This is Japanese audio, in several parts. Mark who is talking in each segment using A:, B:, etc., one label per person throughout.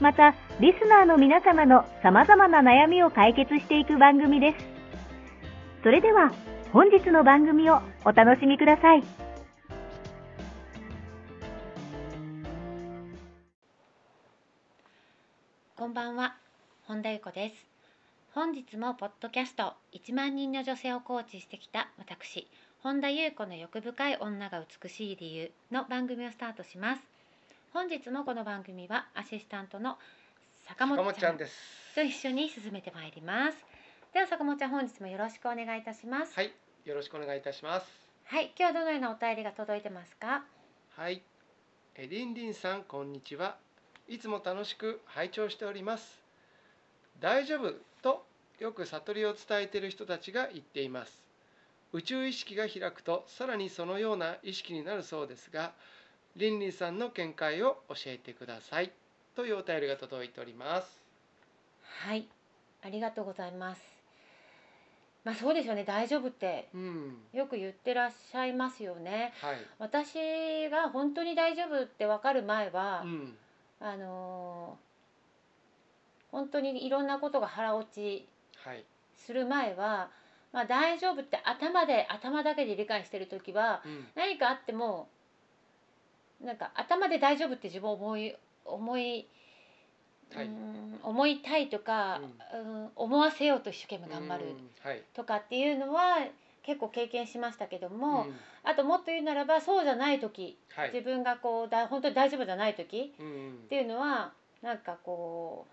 A: また、リスナーの皆様の様々な悩みを解決していく番組です。それでは、本日の番組をお楽しみください。
B: こんばんは、本田由子です。本日もポッドキャスト1万人の女性をコーチしてきた私、本田由子の欲深い女が美しい理由の番組をスタートします。本日もこの番組はアシスタントの坂
C: か
B: 本
C: も
B: ち
C: ち
B: ゃ
C: ゃ
B: ん
C: ん
B: と
C: です。
B: 一緒に進めてまいります。では坂本ちゃん、本日もよろしくお願いいたします。
C: はい、よろしくお願いいたします。
B: はい、今日はどのようなお便りが届いてますか
C: はい、えりんりんさんこんにちは。いつも楽しく拝聴しております。大丈夫とよく悟りを伝えている人たちが言っています。宇宙意識が開くとさらにそのような意識になるそうですが、りんりんさんの見解を教えてくださいというお便りが届いております。
B: はい、ありがとうございます。まあそうですよね、大丈夫って
C: うん、
B: よく言ってらっしゃいますよね。
C: はい、
B: 私が本当に大丈夫って分かる前は、
C: うん、
B: あのー本当にいろんなことが腹落ち
C: はい、
B: する前は、まあ、大丈夫って頭で頭だけで理解してる時は
C: うん、
B: 何かあってもなんか頭で大丈夫って自分を思い思い、
C: はい
B: ー
C: う
B: ん思いたいとか、うん思わせようと一生懸命頑張る
C: うんはい、
B: とかっていうのは結構経験しましたけども、
C: ん、
B: あともっと言うならばそうじゃない時
C: はい、
B: 自分がこうだ本当に大丈夫じゃない時
C: うんうん
B: っ、ていうのはなんかこう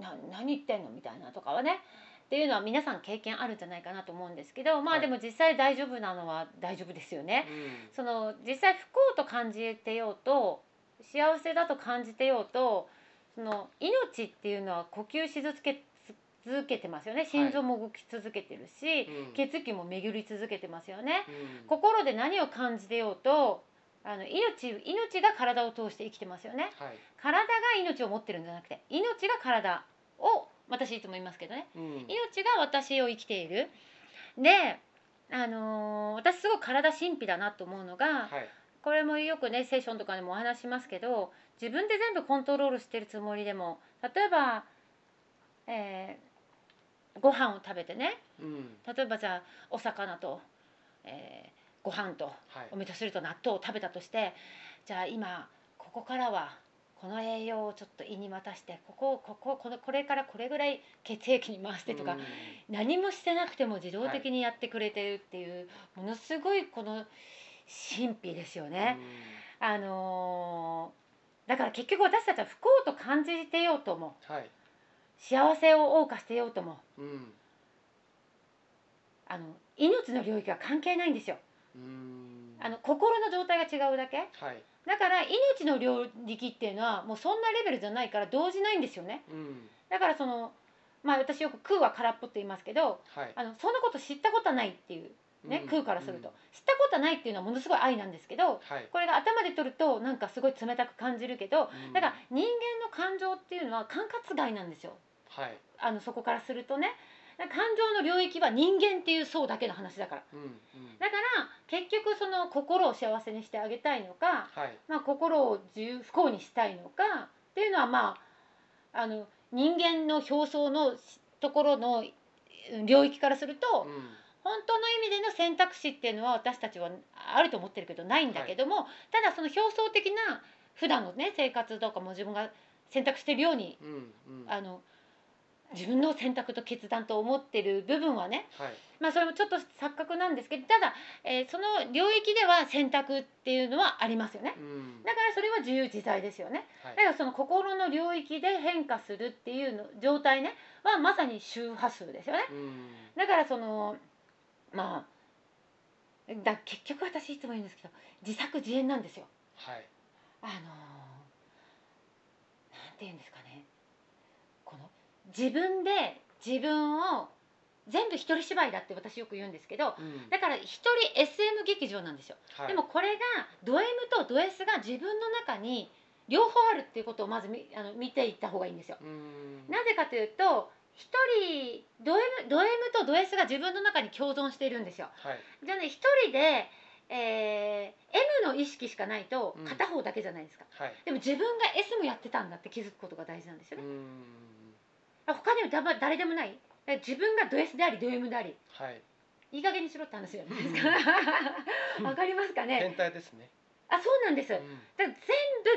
B: なな何言ってんのみたいなとかはねっていうのは皆さん経験あるんじゃないかなと思うんですけどま
C: は
B: あ
C: い
B: でも実際大丈夫なのは大丈夫ですよね。
C: うん
B: その実際不幸と感じてようと幸せだと感じてようとその命っていうのは呼吸し続け続けてますよね心臓も動き続けてるし、
C: うん
B: 血液も巡り続けてますよね。
C: うん
B: 心で何を感じてようとあの命命が体を通して生きてますよね
C: はい、
B: 体が命を持ってるんじゃなくて命が体を私いつも言いますけどね
C: うん
B: 命が私を生きているであのー私すごい体神秘だなと思うのが、
C: はい、
B: これもよくねセッションとかでもお話しますけど自分で全部コントロールしてるつもりでも例えば、えーご飯を食べてね
C: うん、
B: 例えばじゃあお魚と、えーご飯と
C: はい
B: お、味噌汁と納豆を食べたとしてじゃあ今ここからはこの栄養をちょっと胃に渡してここをこここのこれからこれぐらい血液に回してとか、
C: うん
B: 何もしてなくても自動的にやってくれてるっていう、ものすごいこの神秘ですよね。あのーだから結局私たちは不幸と感じてようとも
C: うんはい、
B: 幸せを謳歌してようとも
C: うん、
B: あの命の領域は関係ないんですよ
C: うん、
B: あの心の状態が違うだけ
C: はい、
B: だから命の領域っていうのはもうそんなレベルじゃないから動じないんですよね
C: うん、
B: だからそのまあ私よく空は空っぽって言いますけど
C: はい、
B: あのそんなこと知ったことはないっていうね、
C: うん
B: 空からすると、
C: うん
B: 知ったことはないっていうのはものすごい愛なんですけど
C: はい、
B: これが頭で取るとなんかすごい冷たく感じるけど
C: うん
B: だから、人間の感情っていうのは管轄外なんですよ
C: はい、
B: あのそこからするとねだから感情の領域は人間っていう層だけの話だから
C: うん、うん、
B: だから結局その心を幸せにしてあげたいのか
C: はい、
B: まあ、心を自由不幸にしたいのかっていうのはまああの人間の表層のしところのうん領域からすると
C: う
B: 本
C: ん、
B: 当の意味での選択肢っていうのは私たちはあると思ってるけどないんだけども、ただその表層的な普段のね生活とかも自分が選択してるように
C: うんうん
B: あの自分の選択と決断と思ってる部分はね
C: はい
B: まあそれもちょっと錯覚なんですけどただ、えーその領域では選択っていうのはありますよね
C: うん
B: だからそれは自由自在ですよね
C: は
B: だからその心の領域で変化するっていうの状態ねはまさに周波数ですよね
C: いうん
B: だからそのまあだ結局私いつも言うんですけど自作自演なんですよ
C: はい
B: あのーなんて言うんですかねこの自分で自分を全部一人芝居だって私よく言うんですけど
C: うん
B: だから一人 SM 劇場なんですよ、
C: はい
B: でもこれがド M とド S が自分の中に両方あるっていうことをまずみあの見ていった方がいいんですよ、
C: うん
B: なぜかというと一人ド M, ド M とド S が自分の中に共存しているんですよ
C: はい
B: じゃあね一人で、えー M の意識しかないと
C: うん
B: 片方だけじゃないですか、
C: はい
B: でも自分が S もやってたんだって気づくことが大事なんですよ
C: う
B: ね、
C: ん
B: 他にもだば誰でもないだから自分がド S でありド M であり
C: はい
B: いい加減にしろって話じゃないですか
C: うん
B: わかりますかね
C: 変態ですね
B: あそうなんですだ
C: う
B: か
C: ん
B: ら全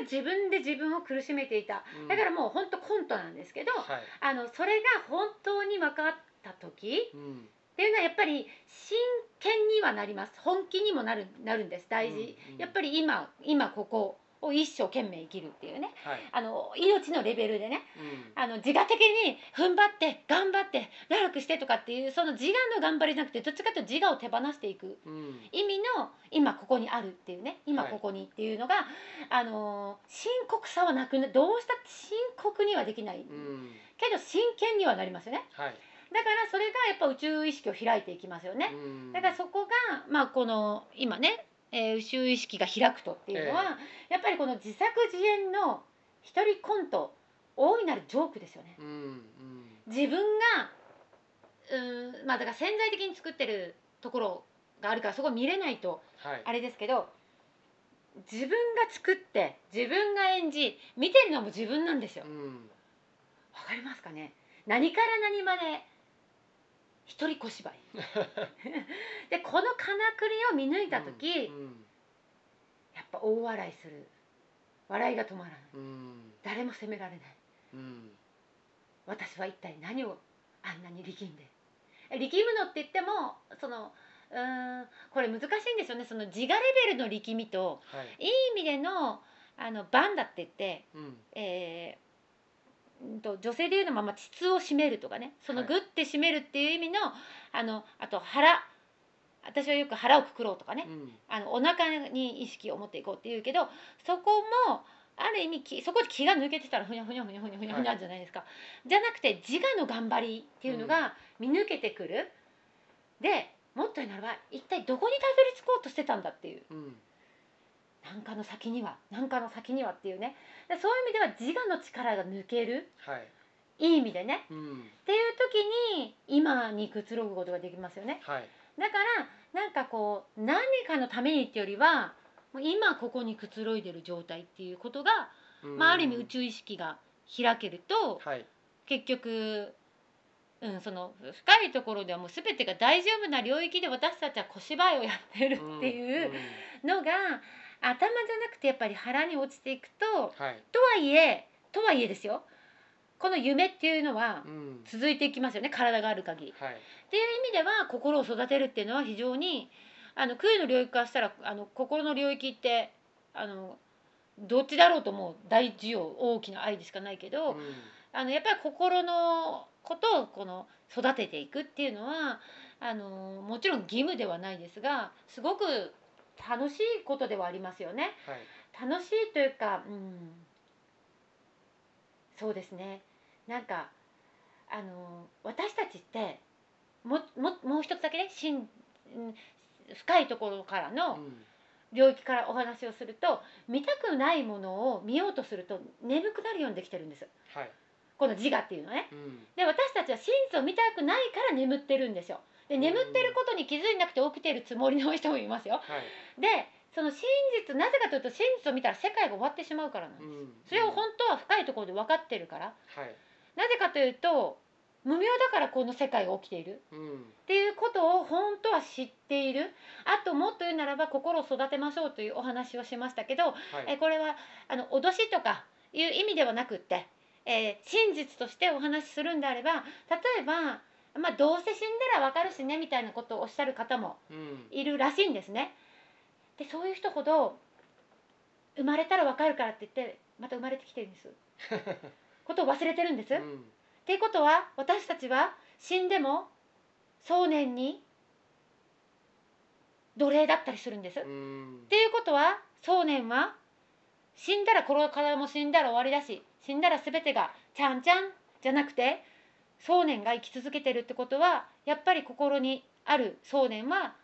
B: 部自分で自分を苦しめていた
C: うん
B: だからもう本当コントなんですけど
C: はい
B: あのそれが本当に分かった時
C: うん
B: っていうのはやっぱり真剣にはなります本気にもなるなるんです大事、
C: うんうん
B: やっぱり今今ここを一生懸命生きるっていうね
C: はい
B: あの命のレベルでね
C: うん
B: あの自我的に踏ん張って頑張って努力してとかっていうその自我の頑張りじゃなくてどっちかというと自我を手放していく
C: うん
B: 意味の今ここにあるっていうね今
C: はい
B: ここにっていうのが、あのー深刻さはなくなどうしたって深刻にはできない、
C: うん
B: けど真剣にはなりますよね
C: はい
B: だからそれがやっぱ宇宙意識を開いていきますよね、
C: うん
B: だからそこがまあこの今ね、えー宇宙意識が開くとっていうのは、やっぱりこの自作自演の一人コント大いなるジョークですよね
C: うんうん
B: 自分がうーんまあだから潜在的に作ってるところがあるからそこ見れないと
C: はい
B: あれですけど自分が作って自分が演じ見てるのも自分なんですよ
C: うん
B: わかりますかね何から何まで一人小芝居 でこのからくりを見抜いた時、
C: うん
B: やっぱ大笑いする笑いが止まらない
C: うん
B: 誰も責められない
C: うん
B: 私は一体何をあんなに力んでえ力むのって言ってもそのうーんこれ難しいんですよねその自我レベルの力みと
C: はい
B: いい意味でのあのバンだって言って、
C: うん
B: えーうんと女性でいうのまま膣を締めるとかねその
C: はい
B: グッて締めるっていう意味の,、あのあと腹私はよく腹をくくろうとかね
C: うん
B: あのお腹に意識を持っていこうって言うけどそこもある意味きそこで気が抜けてたらふにゃふにゃふにゃふにゃふにゃふにゃじゃないですか、じゃなくて自我の頑張りっていうのが見抜けてくる、でもっとになれば一体どこにたどり着こうとしてたんだっていう
C: うん
B: 何かの先には何かの先にはっていうねでそういう意味では自我の力が抜ける
C: はい
B: いい意味でね
C: う
B: っ
C: ん
B: ていう時に今にくつろぐことができますよね。
C: はい
B: だからなんかこう何かのためにってよりはもう今ここにくつろいでる状態っていうことが、
C: うん
B: まあ、ある意味宇宙意識が開けると
C: はい
B: 結局、うん、その深いところではもう全てが大丈夫な領域で私たちは小芝居をやってるっていうん
C: ん
B: うのが、頭じゃなくてやっぱり腹に落ちていくと
C: はい
B: とはいえとはいえですよこの夢っていうのは
C: うん
B: 続いていきますよね体がある限り。
C: はい
B: っていう意味では心を育てるっていうのは非常にあの空の領域からしたらあの心の領域ってあのどっちだろうともう大事要大きな愛でしかないけど、
C: うん
B: あのやっぱり心のことをこの育てていくっていうのはあのもちろん義務ではないですがすごく楽しいことではありますよね。
C: はい
B: 楽しいというか、うん、そうですねなんかあの私たちってもももう一つだけねしんうん深いところから
C: う
B: の
C: ん
B: 領域からお話をすると見たくないものを見ようとすると眠くなるようにできてるんです
C: はい
B: この自我っていうのはね。
C: うん
B: で私たちは真実を見たくないから眠ってるんですよ。で眠ってることに気づいてなくて起きてるつもりの人もいますよ。
C: はい
B: でその真実なぜかというと真実を見たら世界が終わってしまうからなんです、
C: うん
B: それを本当は深いところで分かってるから
C: はい
B: なぜかというと無明だからこの世界が起きている
C: うん
B: っていうことを本当は知っているあともっと言うならば心を育てましょうというお話をしましたけど、
C: はい
B: えこれはあの脅しとかいう意味ではなくって、えー真実としてお話しするんであれば例えば、まあ、どうせ死んだらわかるしねみたいなことをおっしゃる方も
C: うん
B: いるらしいんですね。でそういう人ほど生まれたらわかるからって言ってまた生まれてきてるんですことを忘れてるんです。
C: う
B: っ
C: ん
B: ていうことは私たちは死んでも壮年に奴隷だったりするんです。
C: うん
B: っていうことは想念は死んだらこの体も死んだら終わりだし死んだら全てがちゃんちゃんじゃなくて想念が生き続けてるってことはやっぱり心にある想念は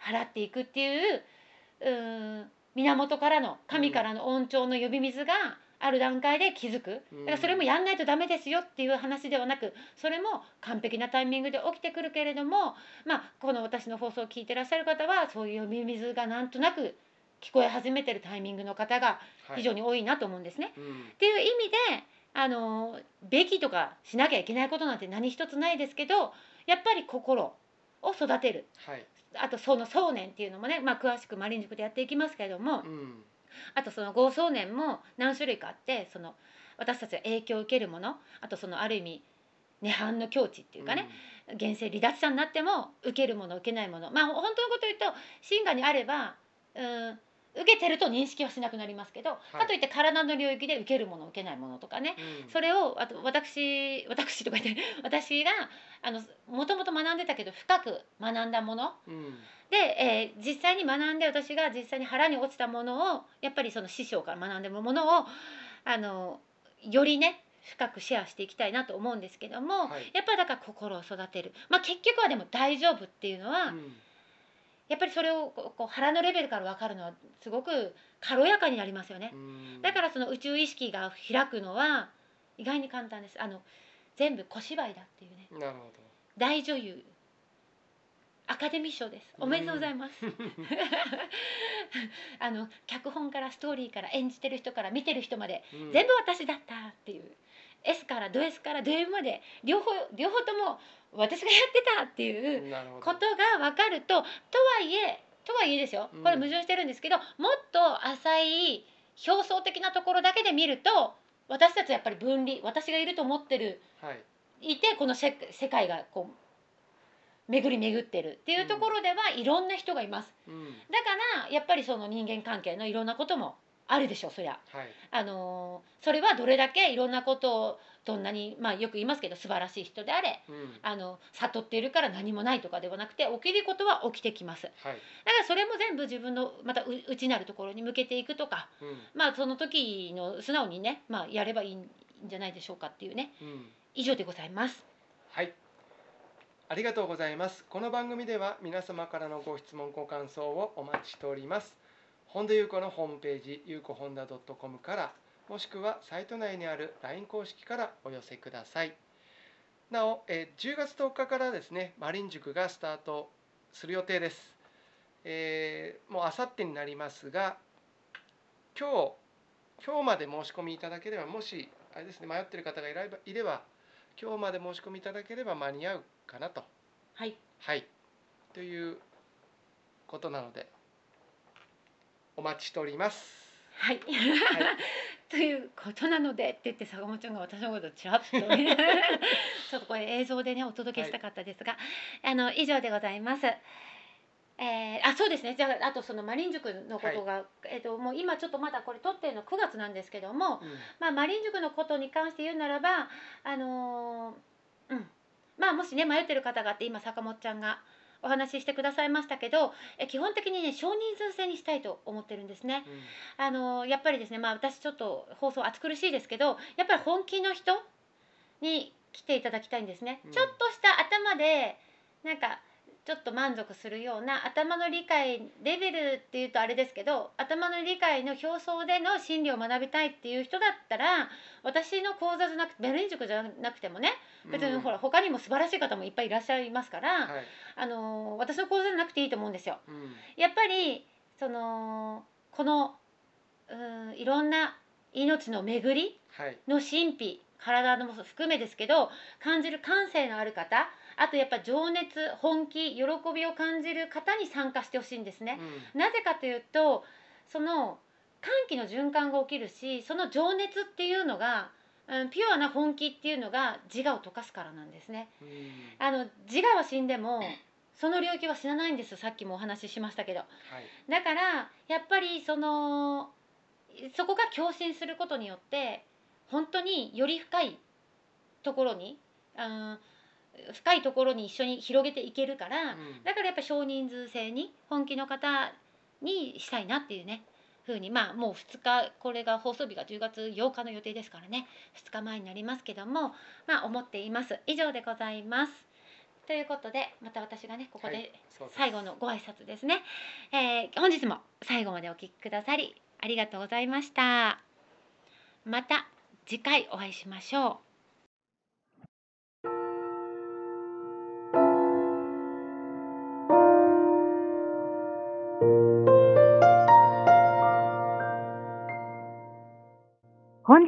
B: 払っていくっていううーん源からの神からの恩寵の呼び水がある段階で気づく
C: うん
B: だからそれもやんないとダメですよっていう話ではなくそれも完璧なタイミングで起きてくるけれどもまあこの私の放送を聞いてらっしゃる方はそういう呼び水がなんとなく聞こえ始めてるタイミングの方が
C: はい
B: 非常に多いなと思うんですね。
C: うん
B: っていう意味であのべきとかしなきゃいけないことなんて何一つないですけどやっぱり心を育てる
C: はい
B: あとその想念っていうのもね、まあ、詳しくマリン塾でやっていきますけれども
C: うん
B: あとその合想念も何種類かあってその私たちが影響を受けるものあとそのある意味涅槃の境地っていうかね、現世離脱者になっても受けるもの受けないものまあ本当のこと言うと真我にあればうん受けてると認識はしなくなりますけど、
C: い
B: かといって体の領域で受けるもの受けないものとかね、
C: うんうん
B: それをあと私私とか言って私があのもともと学んでたけど深く学んだもの
C: うん
B: で、えー実際に学んで私が実際に腹に落ちたものをやっぱりその師匠から学んでもものをあのよりね深くシェアしていきたいなと思うんですけども、
C: はい
B: やっぱりだから心を育てる、まあ、結局はでも大丈夫っていうのは、
C: うん
B: やっぱりそれをこうこう腹のレベルから分かるのはすごく軽やかになりますよね、
C: うん
B: だからその宇宙意識が開くのは意外に簡単ですあの全部小芝居だっていうね
C: なるほど
B: 大女優アカデミー賞ですおめでとうございます、 あの脚本からストーリーから演じてる人から見てる人まで
C: うん
B: 全部私だったっていう S からド S からド M まで両方両方とも私がやってたっていう
C: なるほど
B: ことが分かるととはいえとはいえですよ
C: うん
B: これ矛盾してるんですけど、もっと浅い表層的なところだけで見ると私たちはやっぱり分離私がいると思ってる
C: はい
B: いてこのせ世界がこう巡り巡ってるっていうところではいろんな人がいます。
C: うん
B: だからやっぱりその人間関係のいろんなこともあるでしょうそりゃ。
C: はい
B: あのーそれはどれだけいろんなことをどんなに、まあ、よく言いますけど素晴らしい人であれ
C: うん
B: あの悟っているから何もないとかではなくて起きることは起きてきますだか
C: はい
B: らそれも全部自分のまたう内なるところに向けていくとか、
C: うん
B: まあ、その時の素直にね、まあ、やればいいんじゃないでしょうかっていうね
C: うん
B: 以上でございます。
C: はい。ありがとうございます。この番組では皆様からのご質問ご感想をお待ちしております。本田裕子のホームページゆうこホンダ .com からもしくはサイト内にある LINE 公式からお寄せください。なお、えー10月10日からですね、マリン塾がスタートする予定です。えーもうあさってになりますが、今日今日まで申し込みいただければ、もしあれですね迷っている方がいればいれば今日まで申し込みいただければ間に合うかなと。
B: はい、
C: はい。ということなので、お待ちしております。
B: はい、
C: はい。
B: ということなのでって言って坂本ちゃんが私のことをちらっと見てちょっとこれ映像でねお届けしたかったですが、あの以上でございます。えー、あそうですねじゃああとそのマリン塾のことが、えっともう今ちょっとまだこれ撮ってるの9月なんですけども、
C: うん
B: まあ、マリン塾のことに関して言うならばあのーうんまあもしね迷ってる方があって今坂本ちゃんがお話ししてくださいましたけどえ基本的にね少人数制にしたいと思ってるんですね。
C: うん
B: あのやっぱりですね、まあ、私ちょっと放送暑苦しいですけどやっぱり本気の人に来ていただきたいんですね、
C: うん
B: ちょっとした頭でなんかちょっと満足するような頭の理解レベルっていうとあれですけど頭の理解の表層での心理を学びたいっていう人だったら私の講座じゃなくてベルリン塾じゃなくてもね別にほら、他にも素晴らしい方もいっぱいいらっしゃいますから、
C: うんはい。
B: あの私の講座じゃなくていいと思うんですよ。
C: うん
B: やっぱりそのこのうーんいろんな命の巡り
C: はい。
B: の神秘体のも含めですけど感じる感性のある方あとやっぱ情熱本気喜びを感じる方に参加してほしいんですね。
C: うん
B: なぜかというとその気の循環が起きるしその情熱っていうのが、うん、ピュアな本気っていうのが自我を溶かすからなんですね。
C: うん
B: あの自我は死んでもその領域は死なないんですよさっきもお話ししましたけど
C: はい
B: だからやっぱりそのそこが共振することによって本当により深いところにあの深いところに一緒に広げていけるから、
C: うん
B: だからやっぱ少人数制に本気の方にしたいなっていうねふうにまあもう2日これが放送日が10月8日の予定ですからね2日前になりますけどもまあ思っています以上でございますということでまた私がねここ
C: はい
B: で
C: そうです
B: 最後のご挨拶ですね、えー本日も最後までお聞きくださりありがとうございましたまた次回お会いしましょう
A: 本